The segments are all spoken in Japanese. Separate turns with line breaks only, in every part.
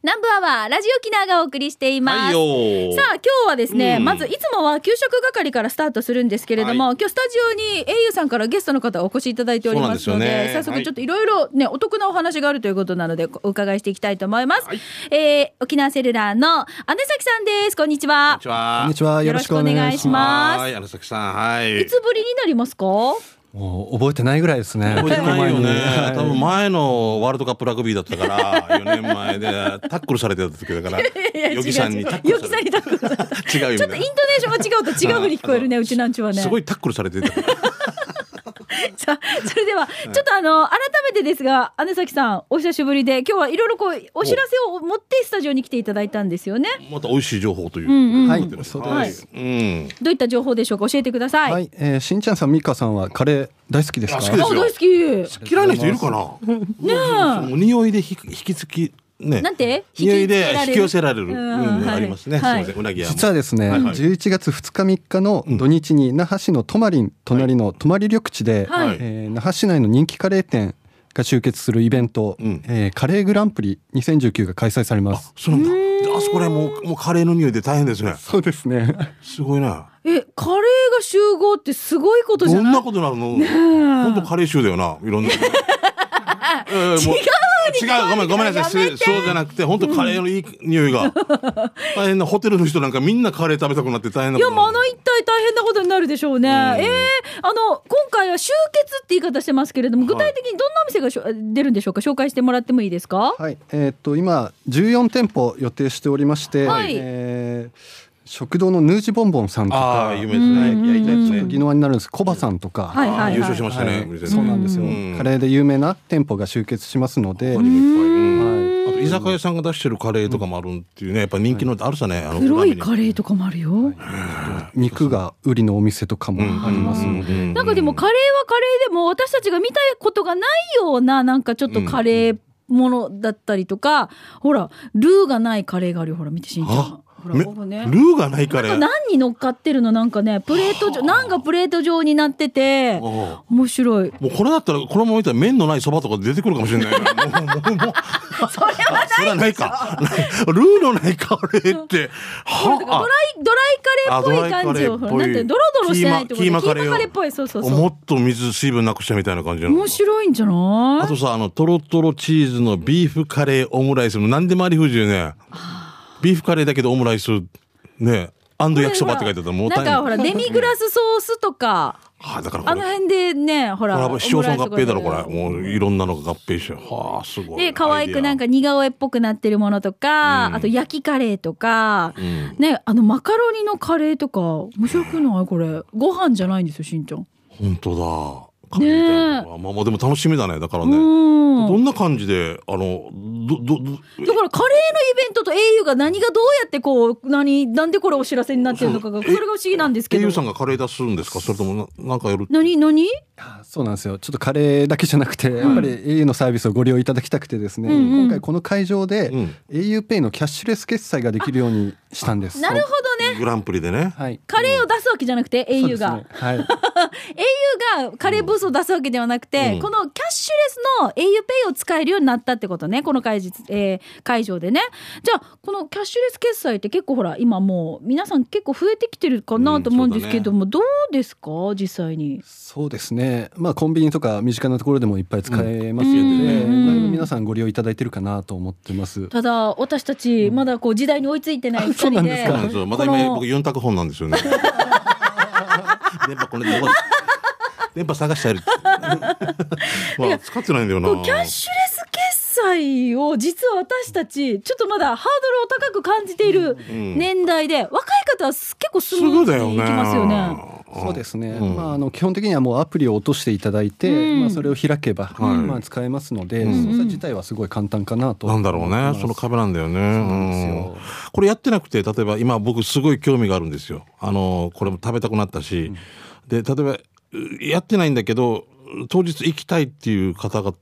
南部アワーラジオキナがお送りしています、
はいよー
さあ今日はですね、
うん
まずいつもは給食係からスタートするんですけれども、
は
今日スタジオに au さんからゲストの方お越しいただいておりますので
そうなんですよね
早速ちょっといろいろねお得なお話があるということなのでお伺いしていきたいと思います、
はい
えー沖縄セルラーの姉崎さんですこんにち
こん
は
にちは。
こんにちは。よろしくお願いし
ま
ま
す
はい、あのさきさん、はい。
いつぶりになりますか
す。もう覚えてないぐらいですね。
覚えてないよね
は。い
多分前のワールドカップラグビーだったから、4年前でタックルされてた時だから、 ヨギさんにタック
よ
ル
き
さ
さんに
れて
タックルされたちょっ
違うよみ
と
た
イン
い
ト
な
ネーションが違うと違うふうに聞こ えるねうちなんちはね
すごいタックルされてた。
さあ それではちょっとあの改めてですが姉崎さんお久しぶりで今日はいろいろこうお知らせを持ってスタジオに来ていただいたんですよね
また美味しい情報というう。
はい
こと
そう
で
はい
す
うん。
どういった情報でしょうか教えてください、
はい、えーしんちゃんさん、みっかさんはカレー大好きですか。
あ好きで
あ
すよ
大好き
嫌いな人いるかなねえ。匂いでひ引き付き、ね。
なんて
匂いで引き寄せられる。
う
うんん、
はい
ありますね。すい
はい
ません、うなぎ屋も。
実はですね、
はいはい
11月2日3日の土日に那覇市のトマリン隣の泊まり緑地で、
はい
えー那覇市内の人気カレー店が集結するイベント、
うん
えーカレーグランプリ2019が開催されます。
そうなんだ。あそこら辺もう、もうカレーの匂いで大変ですね。
そうですね。
すごいな。
えカレーが集合ってすごいことじ
ど
ゃ
ん
な
ないことなの本当カレー臭だよな。いろん な。えーもう違うごめんごめんなさい
やめて
せそうじゃなくて本当カレーのいい匂 いが大変なホテルの人なんかみんなカレー食べたくなって大変ない
や
こと
もうあ
な
の一体大変なことになるでしょうね、えーあの今回は集結って言い方してますけれども具体的にどんなお店がしょ出るんでしょうか紹介してもらってもいいですか、
はい、えーっと今14店舗予定しておりまして、
はい
えー食堂のヌージボンボンさんと
あ
か
あ、有名ですね焼いたやつね
宜野湾になるんですコバさんとか、
はいはいはい
優勝しましたね、
はい
店ね
そうなんですよ、
うん
カレーで有名な店舗が集結しますので、
他にもいっぱいうん
はい
あと居酒屋さんが出してるカレーとかもあるっていうねやっぱ人気のあるさねあの
黒いカレーとかもあるよ、
肉が売りのお店とかもありますので、
なんかでもカレーはカレーでも私たちが見たことがないようななんかちょっとカレーものだったりとか、ほらルーがないカレーがあるよほら見てしんちゃん
あ
ほ
め
らほらね
ルーがないカレ
なんか
ー
何に乗っかってるのなんかねプレート状なんかプレート状になってて
おう
面白い
もうこれだったらこのまま見たら麺のないそばとか出てくるかもしれない なもうもうもう
それは
それはないかルーのないカレーって
ほらだから
は
ドライドライカレーっぽい感じ
あ
を
ド
ほ
ライ
らなんてい
カレーっぽい
うのドロドロしてないってこと
キ
キ
ー
ー
マ
マ
キーマカ
カ
レ
レー
ーを
っぽいそうそう
あ
そう
もっと水水分なくしたみたいな感じなの
面白いんじゃな
あ
い
とさあのトロトロチーズのビーフカレーオムライスも何でもあり不自由ねビーフカレーだけどオムライスねアンド焼きそばって書いてあったらもう
なんかほらデミグラスソースとか
あだからこ
あ
れ
の辺でねほら
これは市町村合併だろ
オム
こ
ライス
れ
とか
もういろんなのが合併してはあすごい
で可愛くなん
か
か似顔絵っぽくなってるものとか、
うん
あと焼きカレーとか、
ん
ねあのマカロニのカレーとか面白くないこれご飯じゃないんですよしんちゃん。
本当だカレーみたいなのがまあまあでも楽しみだねだからね
うん
どんな感じであのどどど
だからカレーのイベントと au が何がどうやってこう何なんでこれお知らせになってるのかがそれが不思議なんですけど
au さんがカレー出すんですかそれともななんかやる
何何
あそうなんですよちょっとカレーだけじゃなくて、やっぱり au のサービスをご利用いただきたくてですね、
うんうん
今回この会場で、
うん
auPay のキャッシュレス決済ができるようにしたんです。
なるほどね
グランプリでね
はい、
カレーを出すわけじゃなくて au が、
そうですねはい
au がカレーブースを出すわけではなくて、
うん
このキャッシュレスの auPay を使えるようになったってことねこの会,、えー会場でねじゃあこのキャッシュレス決済って結構ほら今もう皆さん結構増えてきてるかなと思うんですけども、どうですか実際に。
そうですね、まあ、コンビニとか身近なところでもいっぱい使えますので、
うん
だいぶ皆さんご利用いただいてるかなと思ってます。
ただ私たちまだこう時代に追いついてない2人で
そうなんで す
そう
か
なんですよ。まだ
こ
今
の
僕四択本なんですよね。 電波これどこ電波探してやる。まあ使ってないんだよ
こ
な。
うキャッシュレス決済を実は私たちちょっとまだハードルを高く感じている
ん
年代で、若い方は結構ス
す
ムー
ぐ
ズ
だよ
にい
ね。
きますよね。
そうですね、
うん
まあ、あの基本的にはもうアプリを落としていただいて、
うん
まあ、それを開けば、
はい
まあ、使えますので、
うん
操作自体はすごい簡単かなと
なんだろうね。その
か
壁なんだよね。
なんですよ
うんこれやってなくて、例えば今僕すごい興味があるんですよ。あの、これも食べたくなったし。で、例えば、うやってないんだけど、当日行きたいっていう方が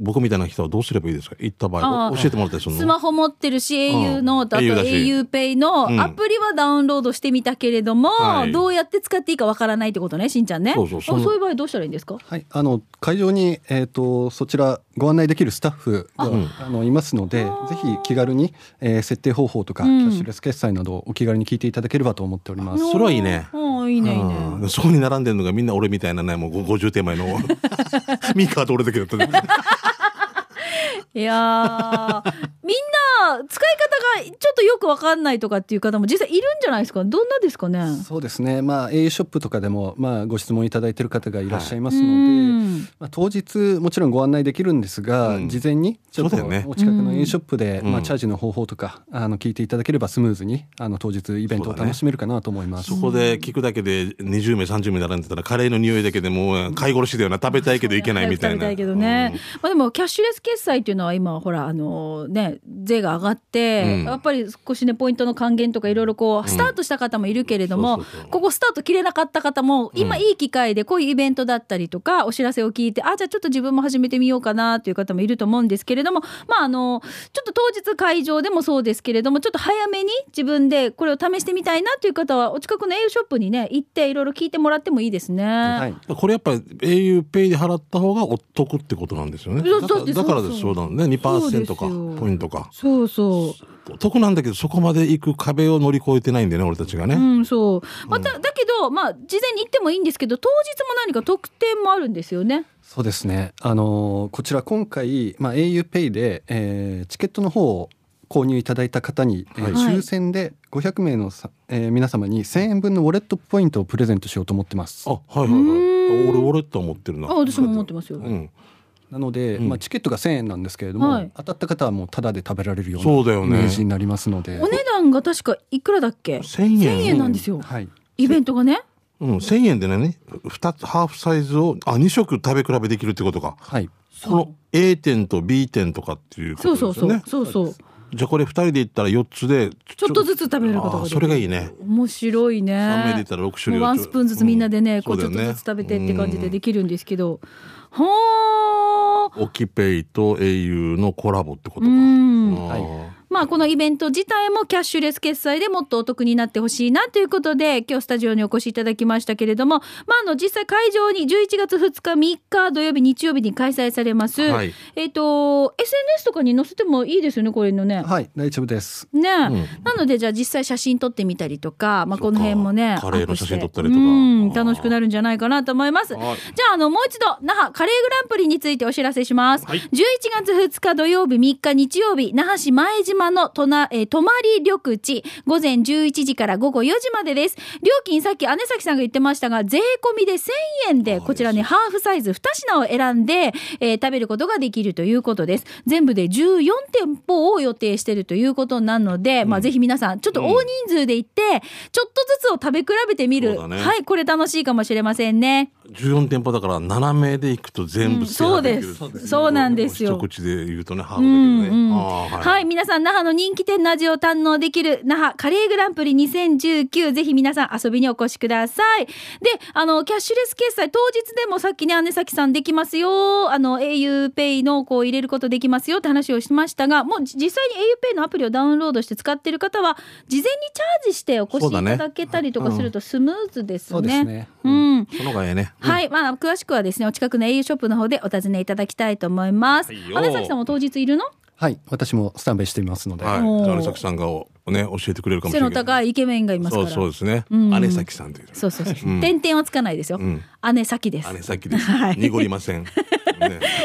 僕みたいな人はどうすればいいですか行った場
あ
合
ー
教えてもらったりする
ス
の
マホ持ってるし au の、あと
au だし
auPay のアプリはダウンロードしてみたけれども、
はい
どうやって使っていいかわからないってことねしんちゃんね
そうそうそ
あ
う
そういう場合どうしたらいいんですか
はい、あの会場に、えー、とそちらご案内できるスタッフがあのいますのでぜひ気軽に、えー設定方法とか、
うん
キャッシュレス決済などをお気軽に聞いていただければと思っております。
それはいいね
うんいいねいいね
うんそこに並んでるのがみんな俺みたいなねもう50 手前のミカと俺だけだったね
いやーみんな使い方がちょっとよくわかんないとかっていう方も実際いるんじゃないですかどんなですかね
そうですね、まあ、au ショップとかでも、まあ、ご質問いただいてる方がいらっしゃいます
う
ので、
ん
まあ、当日もちろんご案内できるんですが、
うん
事前にちょっと
そうだよね
お近くの au ショップで、
うん
まあ、チャージの方法とかあの聞いていただければスムーズにあの当日イベントを楽しめるかなと思います。
そこで聞くだけで20名30名並んでたらカレーの匂いだけでもう買い殺しだよな食べたいけどいけないみたい
食べ
な
たいけどね、まあ、でもキャッシュレス決済っていうのは今ほらあのね税が上がって、
うん
やっぱり少しねポイントの還元とかいろいろこうスタートした方もいるけれども、
そうそうそう
ここスタート切れなかった方も今いい機会でこういうイベントだったりとかお知らせを聞いてあじゃあちょっと自分も始めてみようかなという方もいると思うんですけれどもまああのちょっと当日会場でもそうですけれどもちょっと早めに自分でこれを試してみたいなという方はお近くの au ショップにね行っていろいろ聞いてもらってもいいですね。
はい
これやっぱ auPay で払った方がお得ってことなんですよね
そう
だ
そ
か
うです
らだからです
そ
そうう
そ
だ
う
ね2%
そうですよ
かポイントか
そうそう
お得なんだけどそこまで行く壁を乗り越えてないんだよね俺たちがね、
うん、そう。また、だけど、まあ、事前に行ってもいいんですけど、当日も何か特典もあるんですよね。
そうですね。あのーこちら今回、まあ、auPay で、えーチケットの方を購入いただいた方に、えー
はい
抽選で500名のさ、えー皆様に1000円分のウォレットポイントをプレゼントしようと思ってます
あ。はいはいは
うん
い俺俺って思ってるな
あ、私も思ってますよ。
うん、
なので、
うん
まあ、チケットが1000円なんですけれども、
はい
当たった方はもうタダで食べられるような
そうだよ
イメ
ね
ージになりますので。
お値段が確かいくらだっけ。
1000
1000
円
円なんですよ。
はい。
イベントがね。
うん、1000円でね2つハーフサイズをあ2色食べ比べできるってことか
はい。
この A 点と B 点とかっていうこ
そ
と
う
です
そ
よ
う
ね
そう。そうそう。
じゃあこれ2人で行ったら4つでち
ちょっとずつ食べることが
あ
で
ー
きる。
それがいいね
面白いね。
3名で行ったら6種類
もうワンスプーンずつみんなでね、こうちょっとずつ食べてって感じでで
き
きるんですけど。はあ。
オキペイと au のコラボってことか
うん
あー
は
まあこのイベント自体もキャッシュレス決済でもっとお得になってほしいなということで今日スタジオにお越しいただきましたけれどもまああの実際会場に11月2日3日土曜日日曜日に開催されます、
はい
えっ、と SNS とかに載せてもいいですよねこれのね。
はい。大丈夫です。
ねえ、
ん
なのでじゃあ実際写真撮ってみたりとか、まあ、
そ
こ
うか
の辺もね
カレーの写真撮ったりとか
うん楽しくなるんじゃないかなと思いますじゃ
はい
ああのもう一度那覇カレーグランプリについてお知らせします、11月2日土曜日3日日曜日那覇市前島のとな、えー泊まり緑地午前11時から午後4時までです料金さっき姉崎さんが言ってましたが税込みで1000円でこちらねハーフサイズ2品を選んで、えー食べることができるということです全部で14店舗を予定しているということなので、まあぜひ皆さんちょっと大人数で行って、ちょっとずつを食べ比べてみる、
そうだね
はいこれ楽しいかもしれませんね
14店舗だから7名で行くと全
うん
部制覇きる、
そうですそうなんですよ
一口で言うとねハー
うん
フだ
う
けどね、
ん、
あ
は
ー
い、皆さん那覇の人気店の味を堪能できる那覇カレーグランプリ2019ぜひ皆さん遊びにお越しくださいであのキャッシュレス決済当日でもさっきね姉崎さんできますよあの auPay のこう入れることできますよって話をしましたがもうじ実際に auPay のアプリをダウンロードして使ってる方は事前にチャージしてお越しい
そうだね
ただけたりとかするとスムーズですね。
そうですね。
うん
その方がええね
はい、まあ詳しくはですねお近くの au ショップの方でお尋ねいただきたいと思います。
はいよ
姉崎さんも当日いるの？
はい。私もスタンバイしていますので。
は
おー
いじゃあ姉崎さんがおね教えてくれるかもし
背
れな
の
い
高いイケメンがいますか
そ
ら。
うそうですね、
うん
姉崎さんという
そうそうそう
うん
点々をつかないですよ。
ん
姉崎です。
姉崎です、
はい
濁りません、ね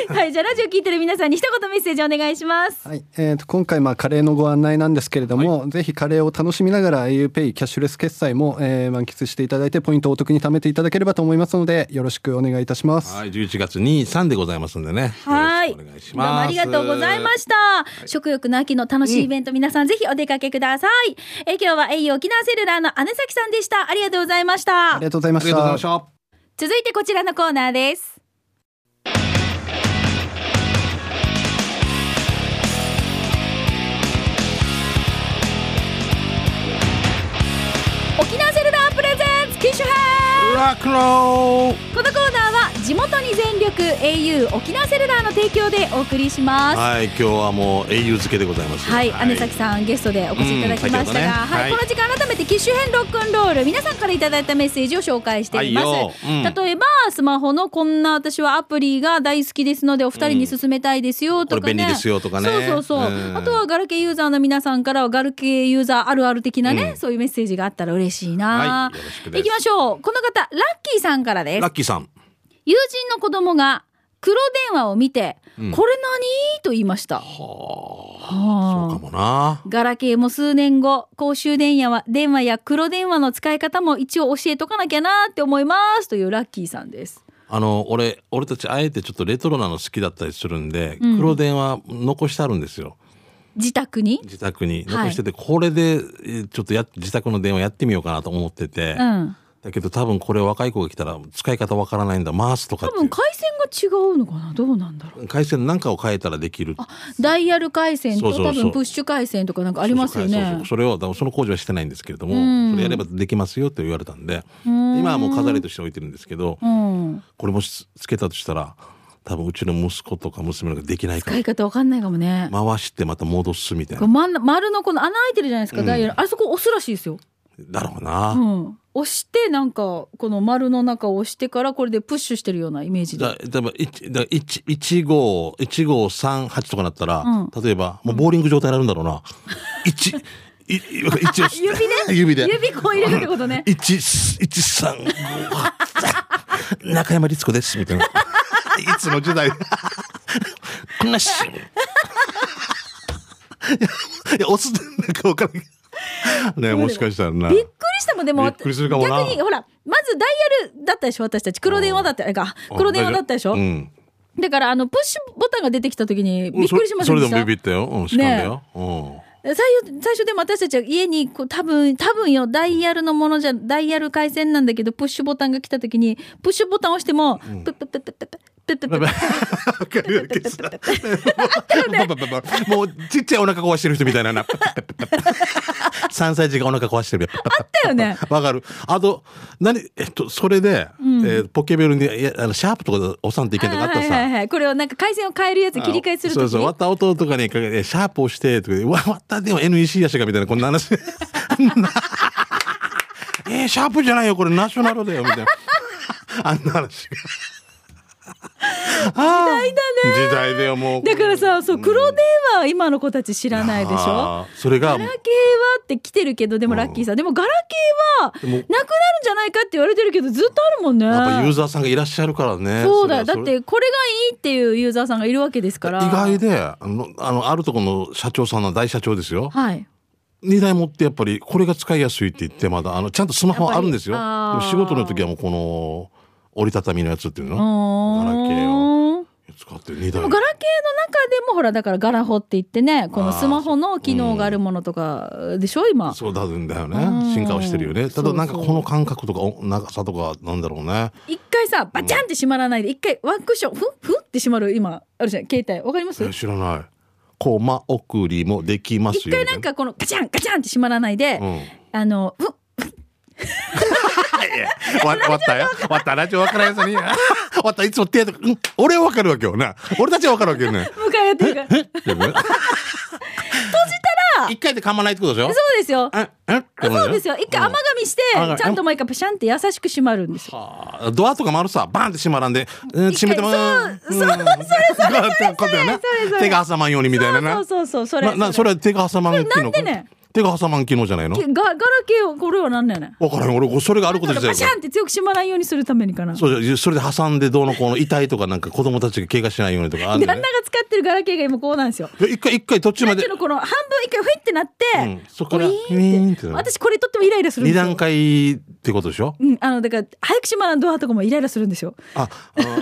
はい、じゃあラジオ聞いてる皆さんに一言メッセージお願いします。
はい、えー、と今回まあカレーのご案内なんですけれども、ぜひカレーを楽しみながら auPay キャッシュレス決済も、えー満喫していただいてポイントをお得に貯めていただければと思いますのでよろしくお願いいたします。
はい、11月2、3でございますんでね。
はい。
よ
ど
ろしくお願いし
う
ます。
もありがとうございました。食欲の秋の楽しいイベント、皆さんぜひお出かけください。えー今日は au 沖縄セルラーの姉崎さんでした。ありがとうございました
あり。がとうございま
ありがとうございまし
した。
た。
続いてこちらのコーナーです。沖縄セルラープレゼンツ機種編
ロックンロール
このコーナーは地元に全力 au 沖縄セルラーの提供でお送りします。はい
はい、今日はもう英雄付けでございます。
姉崎さんゲストでお越しいただきましたが、
うん
はい
はい
この時間改めて機種編ロックンロール皆さんからいただいたメッセージを紹介しています、
はいようん
例えばスマホのこんな私はアプリが大好きですのでお二人に勧めたいですよとかね、
うんこれ便利ですよとかね
そうそうそう、
うん
あとはガルケユーザーの皆さんからはガルケユーザーあるある的なね、そういうメッセージがあったら嬉しいな、
はいよろしくです
いきましょうこの方ラッキーさんからです
ラッキーさん。
友人の子供が黒電話を見て、
うん
これ何と言いました。は
そう
あ
かもな。
ガラケーも数年後、公衆電話は電話や黒電話の使い方も一応教えとかなきゃなって思いますというラッキーさんです。
あの、俺、俺たちあえてちょっとレトロなの好きだったりするんで、黒電話残してあるんですよ。
自宅に。
自宅
は
に。
い
残してて、これで、えーちょっとや、自宅の電話やってみようかなと思ってて。
うん。
だけど多分これ若い子が来たら使い方わからないんだ。回すとか
多
って
分回線が違うのかなどうなんだろう。
いう。回線なんかを変えたらできる。
ダイヤル回線と
そうそうそ
多
う
分プッシュ回線とかなんかありますよ
そうそうそ
ね
う。それを、だからその工事はしてないんですけれども、
うん
それやればできますよと言われたんで、
ん
今はもう飾りとして置いてるんですけど、
うん。
これもしつけたとしたら、多分うちの息子とか娘ができないか
使
ら
い、方わかんないかもね。
回してまた戻すみたい
こう。
な
真ん中丸のこの穴開いてるじゃないですか、ダイヤル。あそこ押すらしいですよ。
だろうな。
うん、押してなんかこの丸の中を押してからこれでプッシュしてるようなイメージで
だ例えば1、だ一一五一五三八とかなったら、
う
例えば、もうボーリング状態になるんだろうな。一、い一を
指で
指で。
指こう入れるってことね
一、一、三、五、中山律子です、みたいな。いつの時代。こんなし。いや、いや押すなんかわからんけど。ねもしかしたらな。
びっくりしたもんでも
びっくりするかもな
逆にほらまずダイヤルだったでしょ私たち黒電話だったあか黒電話だったでしょ、
うん。
だからあのプッシュボタンが出てきた時にびっくりしませ
そ
ん
れ
でし
で
た
もビビったよ。うん、しかんだよ。
最初最初でも私たちは家にこう多分多分よダイヤルのものじゃダイヤル回線なんだけどプッシュボタンが来た時にプッシュボタンを押しても、プップップップップップップップップッ
うん。もう、ちっちゃいお腹壊してる人みたい なな。3歳児がお腹壊してる。
だよね
わかる。あと、何、えっと、それで、えーポケベルに、いや、あの、シャープとかで押さんといけなかった
はいは
さ
い。はい、これをなんか回線を変えるやつ切り替えするとき
そ
に
うそう、割った音とかに、えシャープ押して、とかで、わ、割ったでも NEC やしか、みたいな、こんな話。 えーシャープじゃないよ、これナショナルだよ、みたいな。 あんな話が。時代だね。時代だよ、もう。
だからさそう黒電話は今の子たち知らないでしょ
あーそれが
ガラケー、はって来てるけどでもラッキーさんでもガラケーはなくな
も
るんじゃないかって言われてるけどずっとあるもんね
やっぱユーザーさんがいらっしゃるからね。
そうだよだ
それ
っ
は
てこれがいいっていうユーザーさんがいるわけですから
意外であのあのあるところの社長さんの大社長ですよ
はい
2台持ってやっぱりこれが使いやすいって言ってまだあのちゃんとスマホはあるんですよで
やっぱりあー
も仕事の時はもうこの折りたたみのやつっていう
ガ
のガラケー使って2
でも
台
ガラケーの中でもほらだからガラホって言ってねこのスマホの機能があるものとかでしょ今
そうだんだよ
うん
ね進化をしてるよねた
そうそう
だなんかこの感覚とかお長さとかなんだろうね
一回さバチャンって閉まらないで一回ワンクッションふんふんって閉まる今あるじゃん携帯わかります
え知らないコマ送りもできます
一
よ
回
みた
ないんかこのガチャンガチャンって閉まらないで、
うん
あのふん
いやわわったよ。わったラジオわからんやつに。わったいつも手とか、うん、俺はわかるわけよな。俺たちはわかるわけよね。
迎え合ってるからそう
でもね一回で噛まないってことでしょ
ですよ
ええってこと
そうですよ一回甘噛みして
甘噛み
ちゃんと毎回パシャンって優しく閉まるんですよ
はあドアとかもあるさ、バンって閉まらんで、うん、閉めてもら
そうそうそれ
それそ
そ
れ
れ
手が挟まんようにみたいなな。
そうそうそうそれ
な、な、それは手が挟まん機
なん
能
でね。
手が挟まん機能じゃないの
けガガラケーをこれはなんだよね
わからん。俺、それがあること
だか
自体
ら
が
パシャンって強く閉まらないようにするためにかな
そうじゃ、それで挟んでどうのこうの痛いとかなんか子供たちが怪我しないようにとかあん
旦那
のね
が使ってるガラケーが今こうなんですよ
いや一回、一回途中
さ
ま
っ
で
き。のこの半分一回フィってなって、
うんそこから
ウィーンって
ウィーンってなる
私これとってもイライラするんで
二
すよ
段階ってことでしょ
うん、あのだから早く閉まらんドアとかもイライラするんですよ
あ、あの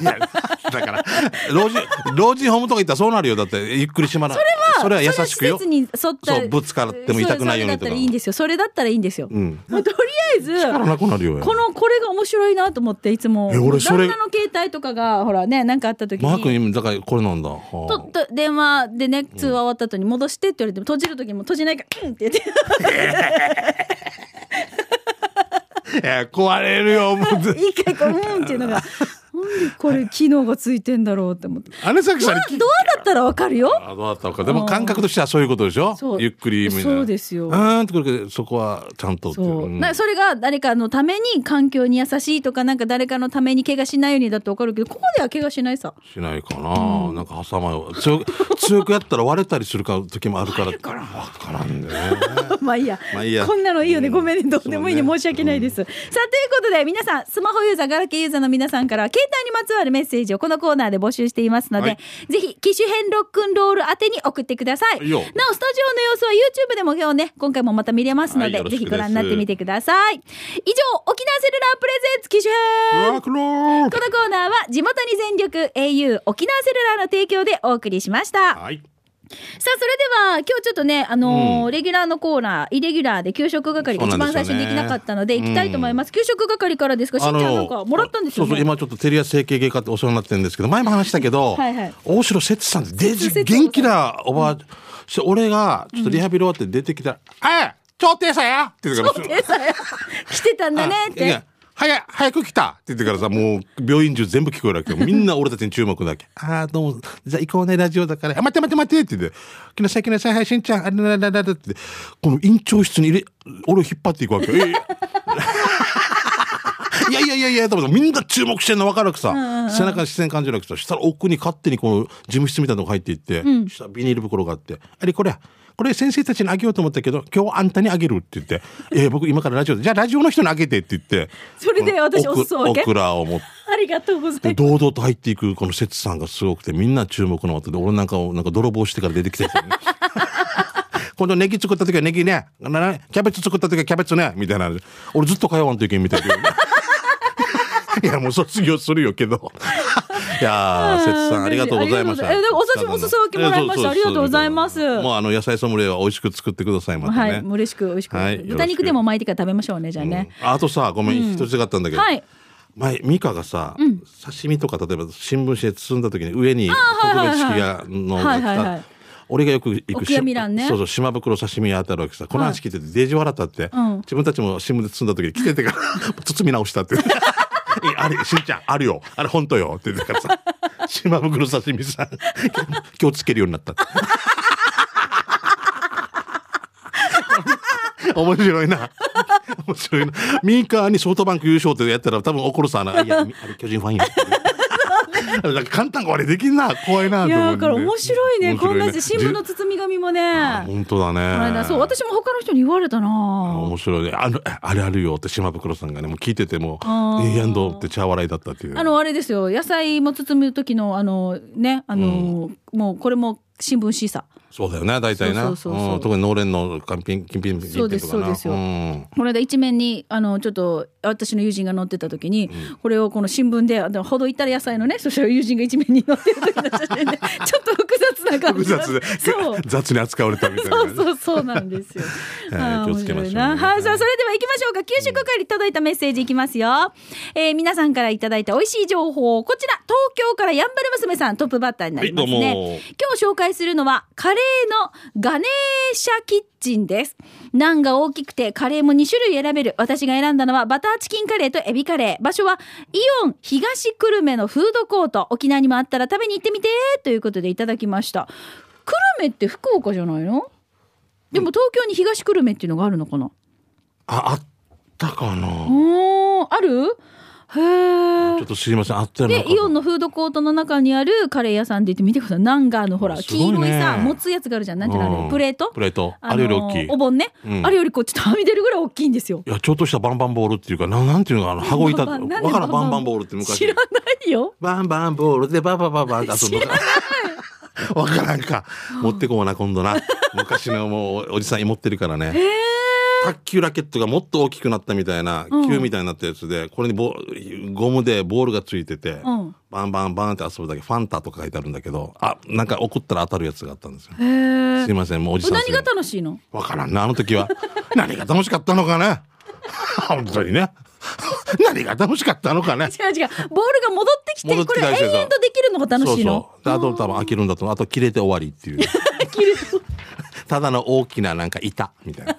いや、だから、老人、老人ホームとか行ったらそうなるよ。だって、ゆっくり閉まらそれはそれは優しくよ。
それは施設に沿った
そうぶつかっても痛くないように
それだ
とか
ったらいいんですよそれだったらいいんですよ、
うん。
もうとりあえず
力なくなるよ。
このこれが面白いなと思っていつも
え俺それ
旦那の携帯とかがほらね何かあった時に
マー君、だからこれなんだ。はあ
とと電話でね通話終わった後に戻してって言われても閉じる時も閉じないからうんって言って
いや、壊れるよ、思って。
一回こううんっていうのがでこれ機能がついてんだろうって思って。
姉崎さんに聞い
ドアだったらわかるよ。
あどうだったのかでも感覚としてはそういうことでしょ
そう
ゆっくりみたいな
そうですよ
うーんってこれそこはちゃんとってい
そう
ううん
なそれが誰かのために環境に優しいとかなんか誰かのために怪我しないようにだってわかるけどここでは怪我しないさ
しないかな、なんか挟まよ強く 強くやったら割れたりするか時もあるから分からんでね
まあいいや,、
まあいいや
こんなのいいよね、
うん
ごめんねどうでもいいね
そうね
申し訳ないです、さあということで皆さんスマホユーザーガラケーユーザーの皆さんからは携帯にまつわるメッセージをこのコーナーで募集していますので、
はい
ぜひ機種編ロックンロール宛てに送ってください
いいよ
なおスタジオの様子は YouTube でも今日ね今回もまた見れますので、
はいよろ
ぜ
しく
ひ
で
ご
す
覧になってみてください以上沖縄セルラープレゼンツ機種編
ワークロー
このコーナーは地元に全力 au 沖縄セルラーの提供でお送りしました。さあ、
はい
それでは今日ちょっとね、あのーレギュラーのコーナー、イレギュラーで給食係が
そ
一
うな
番
んです
最
よね
初にできなかったので行きたいと思います。給食係からですかしんちゃんなんかもらったんですよ、ね。
そうそう今ちょっとテリア整形外科ってお世話になってるんですけど前も話したけど
はいはい
大城節さんってデジ
節
元気なおばあ、して俺がちょっとリハビリ終わって出てきたら「ああ調停者や!」って言ってから
えさ来てたんだねっ
あい
て
や。早い早く来たって言ってからさもう病院中全部聞こえるわけよみんな俺たちに注目だわけ ああどうもじゃあ行こうねラジオだからあ待って待って待ってって言って「来なさい来なさいはいしんちゃんあららららら」ってこの院長室に入れ俺を引っ張っていくわけよ、ええ いやいやいやいやと思ってみんな注目してんの分かるわけさ、背中に視線感じるわけさしたら奥に勝手にこの事務室みたいなのが入っていって、したらビニール袋があって「あれこれこれ先生たちにあげようと思ったけど今日はあんたにあげる」って言って「えー僕今からラジオでじゃあラジオの人にあげて」って言って
それで私押すわけ
オクラを持って。
ありがとうございます。
堂々と入っていくこの節さんがすごくてみんな注目の的で俺なんかをなんか泥棒してから出てきて 今度ネギ作った時はネギねななキャベツ作った時はキャベツねみたいな俺ずっと通わんといけんみたいな いやもう卒業するよけど いやー節さんありがとうございました
ありがとうございますえでもお刺身お裾分けもらいました
えそうそう
ありがとうございます
もうあの野菜ソムリエは美味しく作ってくださいまた
は
ね、
い、嬉しく美味しく、
はいよろしく
豚肉でも巻いてから食べましょうねじゃあね。
うんあとさごめん一つ違ったんだけど、
はい
前美香がさ、刺身とか例えば新聞紙で包んだ時に上に特別式がの
は
が
い
来
はいはい
た俺がよく行く
沖縄ミランね
そうそう島袋刺身屋あたるわけさこの話聞いててデージ笑ったって、
うん
自分たちも新聞で包んだ時に来て てから包み直したって いやあれしんちゃんあるよあれ本当よって言ってか らさ島袋刺身さん気をつけるようになったって 面白いな。面白いな。ミーカーにソフトバンク優勝ってやったら多分怒る さな。いや、みあれ巨人ファンや。 なんか簡単これできんな。怖い
い
なと思うんで。
やだから面白いね
面
こんな
ね
やつ新聞の
じ
包み紙もね。
本当だね。
この間そう私も他の人に言われたな。
面白いね。あの、ああれあるよって島袋さんがね、もう聞いてても
あ、ー
ええやんどって茶笑いだったっていう。
あのあれですよ野菜も包む時のあのねあの、もうこれも新聞紙さ
そうだよね、大体な。
そうそうそうそう
うん特に農連の金品、金品、金
そうで
品
す
とかな。
そうですよ
ん
この間一面にあのちょっと私の友人が載ってた時に、これをこの新聞であのほどいたら野菜のねそしたら友人が一面に載ってる時の写真で ちょっと複雑な感
複
じが
雑で
そう
雑に扱われたみたいな
そ
ね。
うそうそうなんですよ。
はい
あー
気をつけまし
面白
ょうね
いなはい、さあそれでは行きましょうか。給食係に届いたメッセージいきますよ。えー皆さんからいただいた美味しい情報、こちら東京からやんばる娘さんトップバッターになります
はい
ね。
どうも
今日紹介するのはカレーのガネーシャキッチンです。ナンが大きくてカレーも2種類選べる。私が選んだのはバターチキンカレーとエビカレー。場所はイオン東久留米のフードコート。沖縄にもあったら食べに行ってみてということでいただきました。久留米って福岡じゃないのでも東京に東久留米っていうのがあるのかな、
あ、あったかな。
おーあるへ
ちょ
え
っとすいません、あったよ
でイオン
の
のフードコートの中にあるカレー屋さんで行って見てくださいナンガーのほら、
すごい
黄
ね
色いさ持つやつがあるじゃんなんていうのあれ、
うん
プレート
プレート
の
あれより大きい
お盆ね、
うん
あれよりこうちょっとはみ出るぐらい大きいんですよ
いや、ちょっとしたバンバンボールっていうか、ななんていうのかな、羽子板、
バ
わ
ンバン
からん、バンバ
バ
ン
ン
ボールって昔。
知らないよ
バンバンボールで、バンバンバンバンって遊ぶの。わからんか。持ってこうな、今度な。昔のもう、おじさん持ってるからね。卓球ラケットがもっと大きくなったみたいな、
うん
球みたいになったやつで、これにボゴムでボールがついてて、
うん
バンバンバンって遊ぶだけ、ファンタとか書いてあるんだけど、あ、なんか怒ったら当たるやつがあったんですよ。
へえ
すいません、もうおじさんすいま
何
せん。
が楽しいの
わからんな、あの時は。 何が楽しかったのかね。 本当にね。 何が楽しかったのか
違
ね。
う違うボールが戻ってきて
戻っ
こ
て
れ
きたりしてさ
延々とできるのが楽しいの
そうそう。であと多分飽きるんだと思う。あと切れて終わりっていう。
切る
ただの大きななんか板みたいな。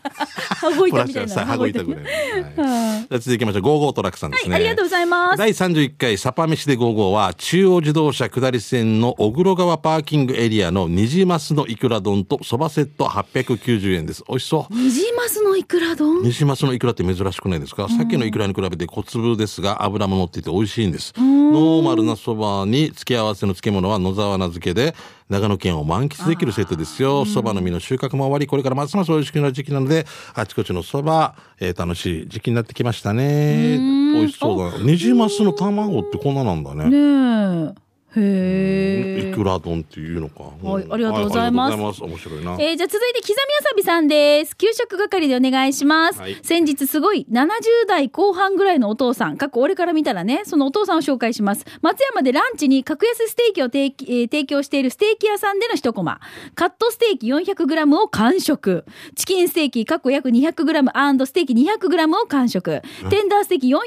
羽子
プ
板
ラ
み
ス
たい
は
な
さ、
羽
羽
子
子
板
板
ね
ぐらいの。はい じゃあ続いていきましょう。ゴーゴートラックさんですね。
はいありがとうございます
第31回サパ飯でゴーゴーは、中央自動車下り線の小黒川パーキングエリアのニジマスのイクラ丼とそばセット890円です。美味しそう。
ニジマスのイクラ丼
ニジマスのイクラって珍しくないですか、さっきのイクラに比べて小粒ですが油も乗っていて美味しいんですノーマルなそばに付け合わせの漬物は野沢菜漬けで長野県を満喫できるセットですよそばの実の収穫も終わりこれからますます美味しくなる時期なのであちこちのそば、えー楽しい時期になってきましたね美味しそうだなニジマスの卵ってこんななんだね
ねえへ
い
え
くら丼っていうのか、
はい
ん
ありがとうございます
はありがとうございます面白いな
えーじゃあ続いて刻みあさびさんです給食係でお願いします、
はい
先日すごい70代後半ぐらいのお父さんかっこ俺から見たらねそのお父さんを紹介します松山でランチに格安ステーキを提供,、えー提供しているステーキ屋さんでの一コマカットステーキ 400g を完食チキンステーキかっこ約 200g& ステーキ 200g を完食テンダーステーキ 400g を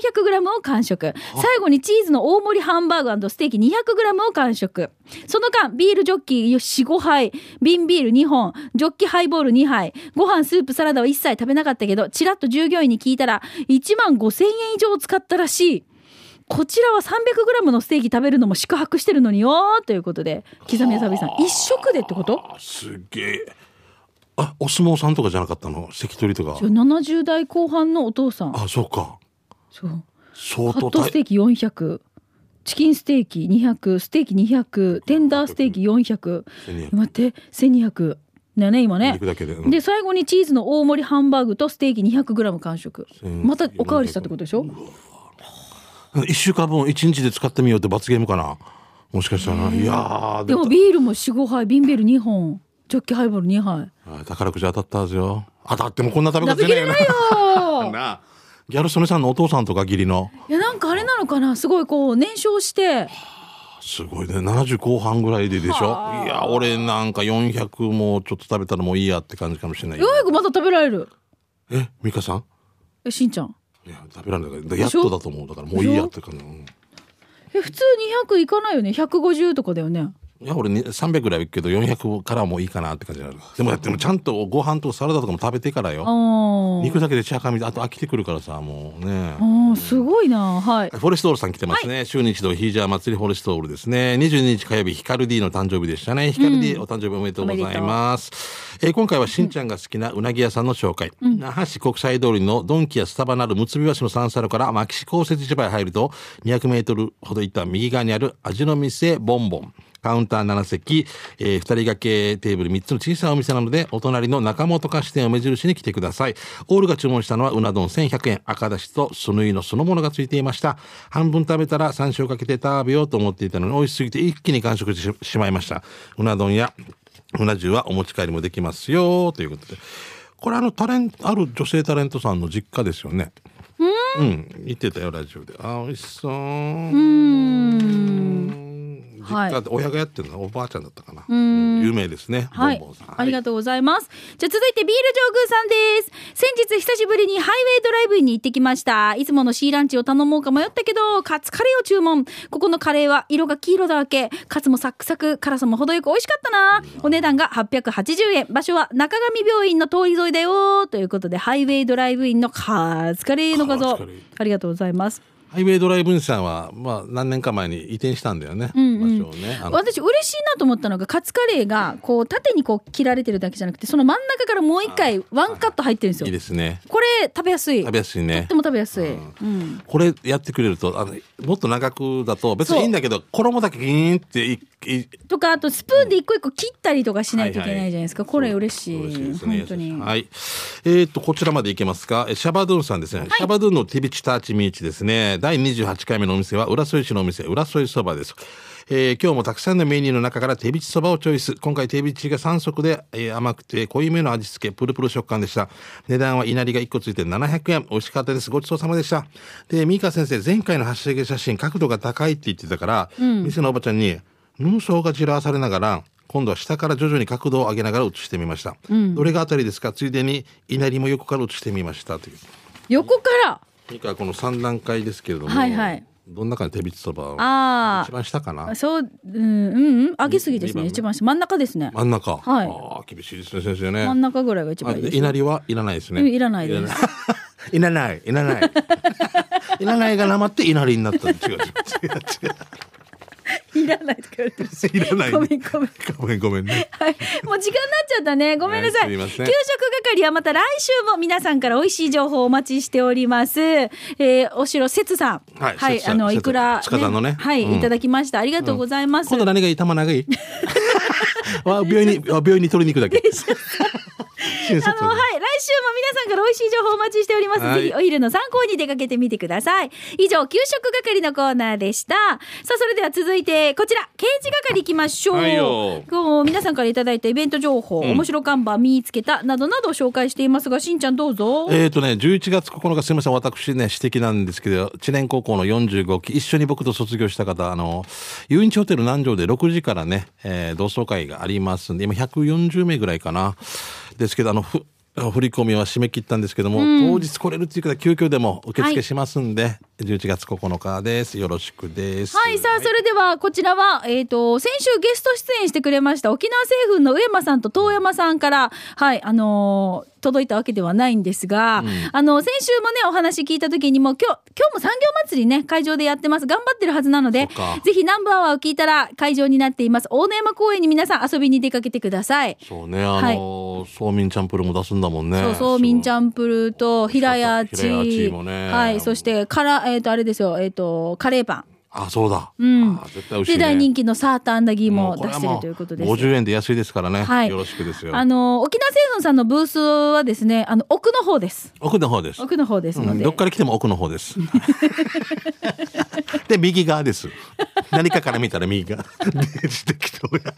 完食最後にチーズの大盛りハンバーグステーキ 200g を完食その間ビールジョッキ45杯瓶ビール2本ジョッキハイボール2杯ご飯スープサラダは一切食べなかったけどちらっと従業員に聞いたら1万5000円以上使ったらしいこちらは 300g のステーキ食べるのも宿泊してるのによーということで刻みやさびさん一食でってこと
あすげえあお相撲さんとかじゃなかったの関取とか
じゃあ70代後半のお父さん
あそうか
そう
相
カッ
当
トステーキ400チキンステーキ200ステーキ200テンダーステーキ400
1200
待って1200だね今ね
肉だけで、うん
で最後にチーズの大盛りハンバーグとステーキ 200g 完食
1400
またおかわりしたってことでしょ
一週間分一日で使ってみようって罰ゲームかなもしかしたら、いやー
でもビールも45杯瓶ビール2本ジョッキハイボール2杯
あ宝くじ当たったはずよ当たってもこんな食べ
食
方
べ
じ
き
ゃ
れ
ねえな
ないよ
なあギャル曽根さんのお父さんとか義理の
いやなんかあれなのかなすごいこう燃焼して
すごいね70後半ぐらいででしょいや俺なんか400もちょっと食べたらもういいやって感じかもしれない
ようやくまた食べられる
え美香さん
えしんちゃん
いや食べられないからやっとだと思うだからもういいやって感じ、うん
え普通200いかないよね150とかだよね
いや俺に300ぐらい行くけど400からはもういいかなって感じになるでもでもちゃんとご飯とサラダとかも食べてからよ
ああ
肉だけでチャーカミであと飽きてくるからさもうね
ああ、すごいな。はい。
フォレストオールさん来てますね。週に一度、ヒージャー祭りフォレストオールですね。22日火曜日、ヒカル D の誕生日でしたね。ヒカル D、お誕生日おめでとうございます。えー今回はしんちゃんが好きなうなぎ屋さんの紹介。那覇市国際通りのドンキやスタバなるむつび橋の三サ路から牧師公設市場へ入ると、200メートルほど行った右側にある味の店ボンボン。カウンター7席、えー、2人掛けテーブル3つの小さなお店なので、お隣の中本菓子店を目印に来てください。オールが注文したのはうな丼1100円、赤だしとそのいのそのものがついていました。半分食べたら山椒かけて食べようと思っていたのに美味しすぎて一気に完食してししまいました。うな丼やうな重はお持ち帰りもできますよ、ということで。これあのタレント、ある女性タレントさんの実家ですよね。うん。言ってたよ、ラジオで。あー、美味しそう。うん
はい
実家で親がやってるのはおばあちゃんだったかな。有名ですね。
はい
ボンボンさん。
ありがとうございます。じゃあ続いてビール上宮さんです。先日久しぶりにハイウェイドライブに行ってきました。いつものシーランチを頼もうか迷ったけど、カツカレーを注文。ここのカレーは色が黄色だわけ。カツもサックサク、辛さも程よく美味しかったな。お値段が880円。場所は中上病院の通り沿いだよ。ということで、ハイウェイドライブインのカツカレーの画
カ
像
ツカレー。
ありがとうございます。
ハイウェイドライブインさんは、まあ、何年か前に移転したんだよね。場所をね。あの
私嬉しいなと思ったのがカツカレーがこう縦にこう切られてるだけじゃなくてその真ん中からもう一回ワンカット入ってるんですよ
いいですね。
これ食べやすい
食べやすいね
とって。も食べやすい、
これやってくれると、あの、もっと長くだと、別にいいんだけど、衣だけギーンってい、い、
とかあとスプーンで一個一個切ったりとかしないといけないじゃないですか、
は
これ嬉しい
嬉しですね
本当に、
はい。えーっと、こちらまでいけますか。えシャバドゥンさんですね。シャバドゥンのティビチターチミーチですね。第28回目のお店は、浦添市のお店、浦添そばです。えー今日もたくさんのメニューの中から手びちそばをチョイス。今回手びちが3足で、えー甘くて濃いめの味付け、プルプル食感でした。値段は稲荷が1個ついて700円。美味しかったです。ごちそうさまでした。で、ミカ先生、前回の橋上げ写真、角度が高いって言ってたから、店のおばちゃんに、運送が散らされながら、今度は下から徐々に角度を上げながら写してみました。どれが当たりですかついでに稲荷も横から写してみましたという。
横から
ミカはこの3段階ですけれども、
はいはい
どんな感じ手びちそば
あ
一番下かな
あそううんうんうん上げすぎですね
二番目
一番下真ん中ですね
真ん中、
はい
ああ厳しいですね先生
真
ね
ん中ぐらいが一
あ
番いいです
いなりはいらないですね、
うんいらないです
い らないいらないいらないいらないがなまっていなりになった違う違う違う
いらないとか言われてるし
いらない
ごめんごめん
ごめんごめんね
はい、もう時間になっちゃったね。ごめんなさい。
はいすいませ
給
ん
食係はまた来週も皆さんから美味しい情報をお待ちしております。えー、お城節さん。
はい節さ
あ
ん
の、
節
い
さん
くら、
塚田のね
はい、
うん
いただきました。ありがとうございます。
今度何がいい玉長いわ病院にあ病院に取りに行くだけ診
あ
察
の、はい、来週も皆さんから美味しい情報をお待ちしております。
はい
ぜひお昼の参考に出かけてみてください。以上、給食係のコーナーでした。さあ、それでは続いて、こちら、刑事係行きましょう。
はいよ
こう皆さんからいただいたイベント情報、面白看板見つけた、などなどを紹介していますが、しんちゃんどうぞ。
えーとね、11月9日、すみません、私ね、私的なんですけど、知念高校の45期、一緒に僕と卒業した方、あの、遊園地ホテル南城で6時からね、えー同窓会がありますんで、今140名ぐらいかな。ですけど、あの、ふ振り込みは締め切ったんですけども、当日来れるっていう方、急遽でも受
は
付
い
しますんで、11月9日です。よろしくです。
はい、さあ、それでは、こちらは、えっ、と、先週ゲスト出演してくれました、沖縄製粉の上間さんと遠山さんから、はい、あのー届いたわけではないんですが、あの、先週もね、お話聞いた時にも、今日、今日も産業祭りね、会場でやってます。頑張ってるはずなので
そっか、
ぜひナンバーワーを聞いたら、会場になっています。大野山公園に皆さん遊びに出かけてください。
そうね、あの、そうみんちゃんプルも出すんだもんね。
そうそう、みんち
ん。
ゃんプルと、平屋地。
平屋地もね
はい、そして、から、えっ、と、あれですよ、えっ、と、カレーパン。
あ、そうだ。
うん
あー絶対美味しい、
で、
ね。
大人気のサーターアンダギーも
こ
出
れは
してるということです。
50円で安いですからね。
はい
よろしくですよ。
あの沖縄製粉さんのブースはですねあの奥の方です
奥の方です。
奥の方です
う
の
ん
で、
どっから来ても奥の方 です。で、右側です。何かから見たら右側。で適当や。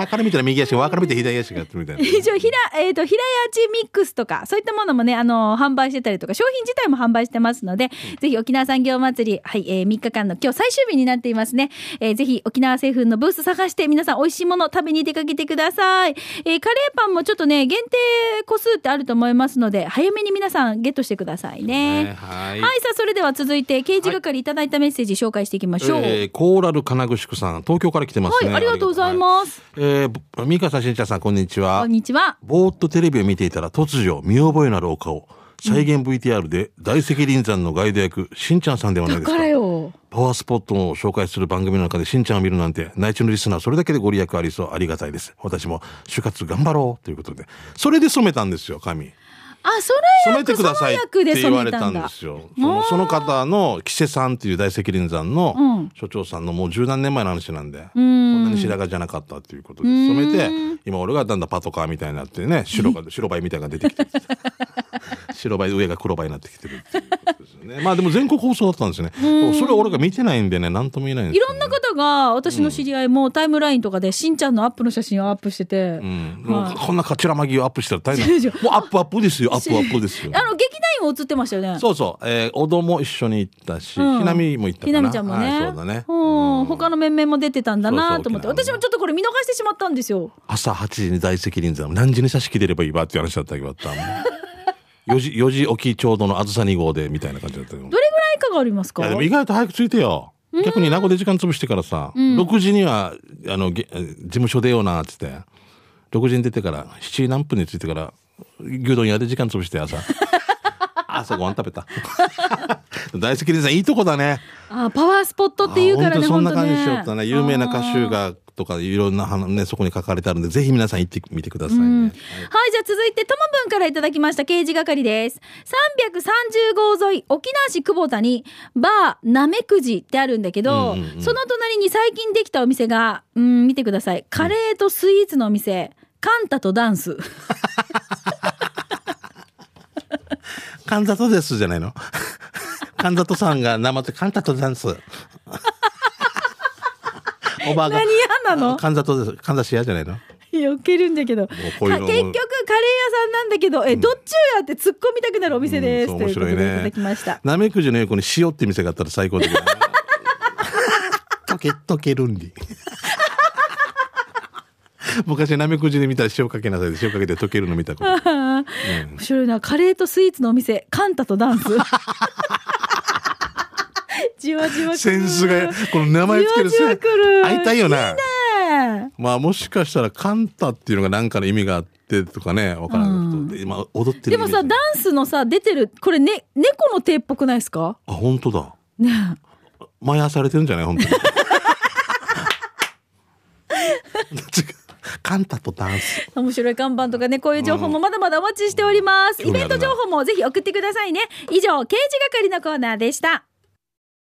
やから見たら右足、わから見たら左足があってみたいな。
以上ひら、えー、と平屋地ミックスとかそういったものもねあの販売してたりとか商品自体も販売してますので、ぜひ沖縄産業祭り、はいえー、3日間の今日最終日になっていますね、えーぜひ沖縄製粉のブース探して皆さん美味しいもの食べに出かけてください、えーカレーパンもちょっとね限定個数ってあると思いますので早めに皆さんゲットしてくださいね
ねはい
はい、さあ、それでは続いて、刑事係いただいたメッセージ紹介していきましょう。
えーコーラル金具宿さん、東京から来てますね。
はい、ありがとうございます。
す。えー、ぼミカさん、しんちゃんさん、こんにちは。
こんにちは。
ぼーっとテレビを見ていたら突如見覚えのあるお顔再現 VTR で大石林山のガイド役しんちゃんさんではない
だ
です
か
から
よ。
パワースポットを紹介する番組の中でしんちゃんを見るなんて内地のリスナーそれだけでご利益ありそうありがたいです私も就活頑張ろうということでそれで染めたんですよ髪
あ、それ
染め
役、
てくださいっ
その役で
て言わ
染め
れた
た
ん
ん
で
だ。
すよそのその方の木瀬さんっていう大石林山の所長さんのもう十何年前の話なんでそんなに白髪じゃなかったっていうことで染めて今俺がだんだんパトカーみたいになってね 白が白バイみたいなのが出てきて白バイ上が黒バイになってきてるっていうことですよねまあでも全国放送だったんですよねそれは俺が見てないんでね何とも言えないんで
い
す
ろんな方が、私の知り合いもタイムラインとかで、しんちゃんのアップの写真をアップしてて、
うんもうこんなかちらまぎをアップしたら大変
そう
な
で
もうアップアップですよアップアッ プですよ
あの、劇団員も映ってましたよね。
そうそう、えー、おども一緒に行ったし、
うん
ひなみも行ったか
ひ
な。
なみちゃんもね。
はい、そうだね。
うん
うん
他の面々も出てたんだなと思って。
そうそう沖縄
私もちょっとこれ見逃してしまったんですよ。
朝8時に在籍臨座、何時に差し切れればいいわっていう話だったけ ど、あったもん4時、4時起きちょうどのあずさ2号でみたいな感じだったけど。
どれぐらいかがあります
い
か
やでも意外と早く着いてよ。逆に名護で時間潰してからさ、6時には、あの、げえー事務所出ような、つって。6時に出てから、7時何分に着いてから、牛丼屋で時間潰して 朝。朝ご飯食べた。 大好きでさん、いいとこだね。
あ、パワースポットっていうからね、
あ本
本
当
当
そんな
ね。
感じしよったね。有名な歌手がとかいろんな花ねそこに書かれてあるんでぜひ皆さん行ってみてくださいね。
はい、じゃあ続いて、ともぶんからいただきました刑事係です。330号沿い、沖縄市久保田に、バー、なめくじってあるんだけど、
うんうんうん
その隣に最近できたお店が、うん、見てください。カレーとスイーツのお店、カンタとダン ス。
神里ですじゃないの。神里さんが生って神里ダ ンス。おばあが
何嫌な の
神里です神里屋じゃないの。
よけるんだけど。か結
こう
局、
いう
カレ
のも
ー屋さんなんだけど、え、どっちをやって突っ込みたくなるお店です。
うん
と
そう
いうこと
面白
でいた
いね
だきました。
なめくじの横に塩って店があったら最高 的だね。溶け溶けるんり。 昔なめくじで見たら塩かけなさいで塩かけて溶けるの見たことある。
面 白いな。カレーとスイーツのお店、カンタとダンス。いじわじわくる
センスがこの名前つける
じわじわくる
会いたいよな
ね
まあもしかしたらカンタっていうのが何かの意味があってとかねわからんけど、で今踊って
えで
るイメー
も
ジ
さダンスのさ出てるこれね猫の手っぽくないですか
あ本当だ
ね
前やされてるんじゃない本当 に違うカンタとダンス
面白い看板とかねこういう情報もまだまだお待ちしております、
うん
イベント情報もぜひ送ってくださいね以上刑事係のコーナーでした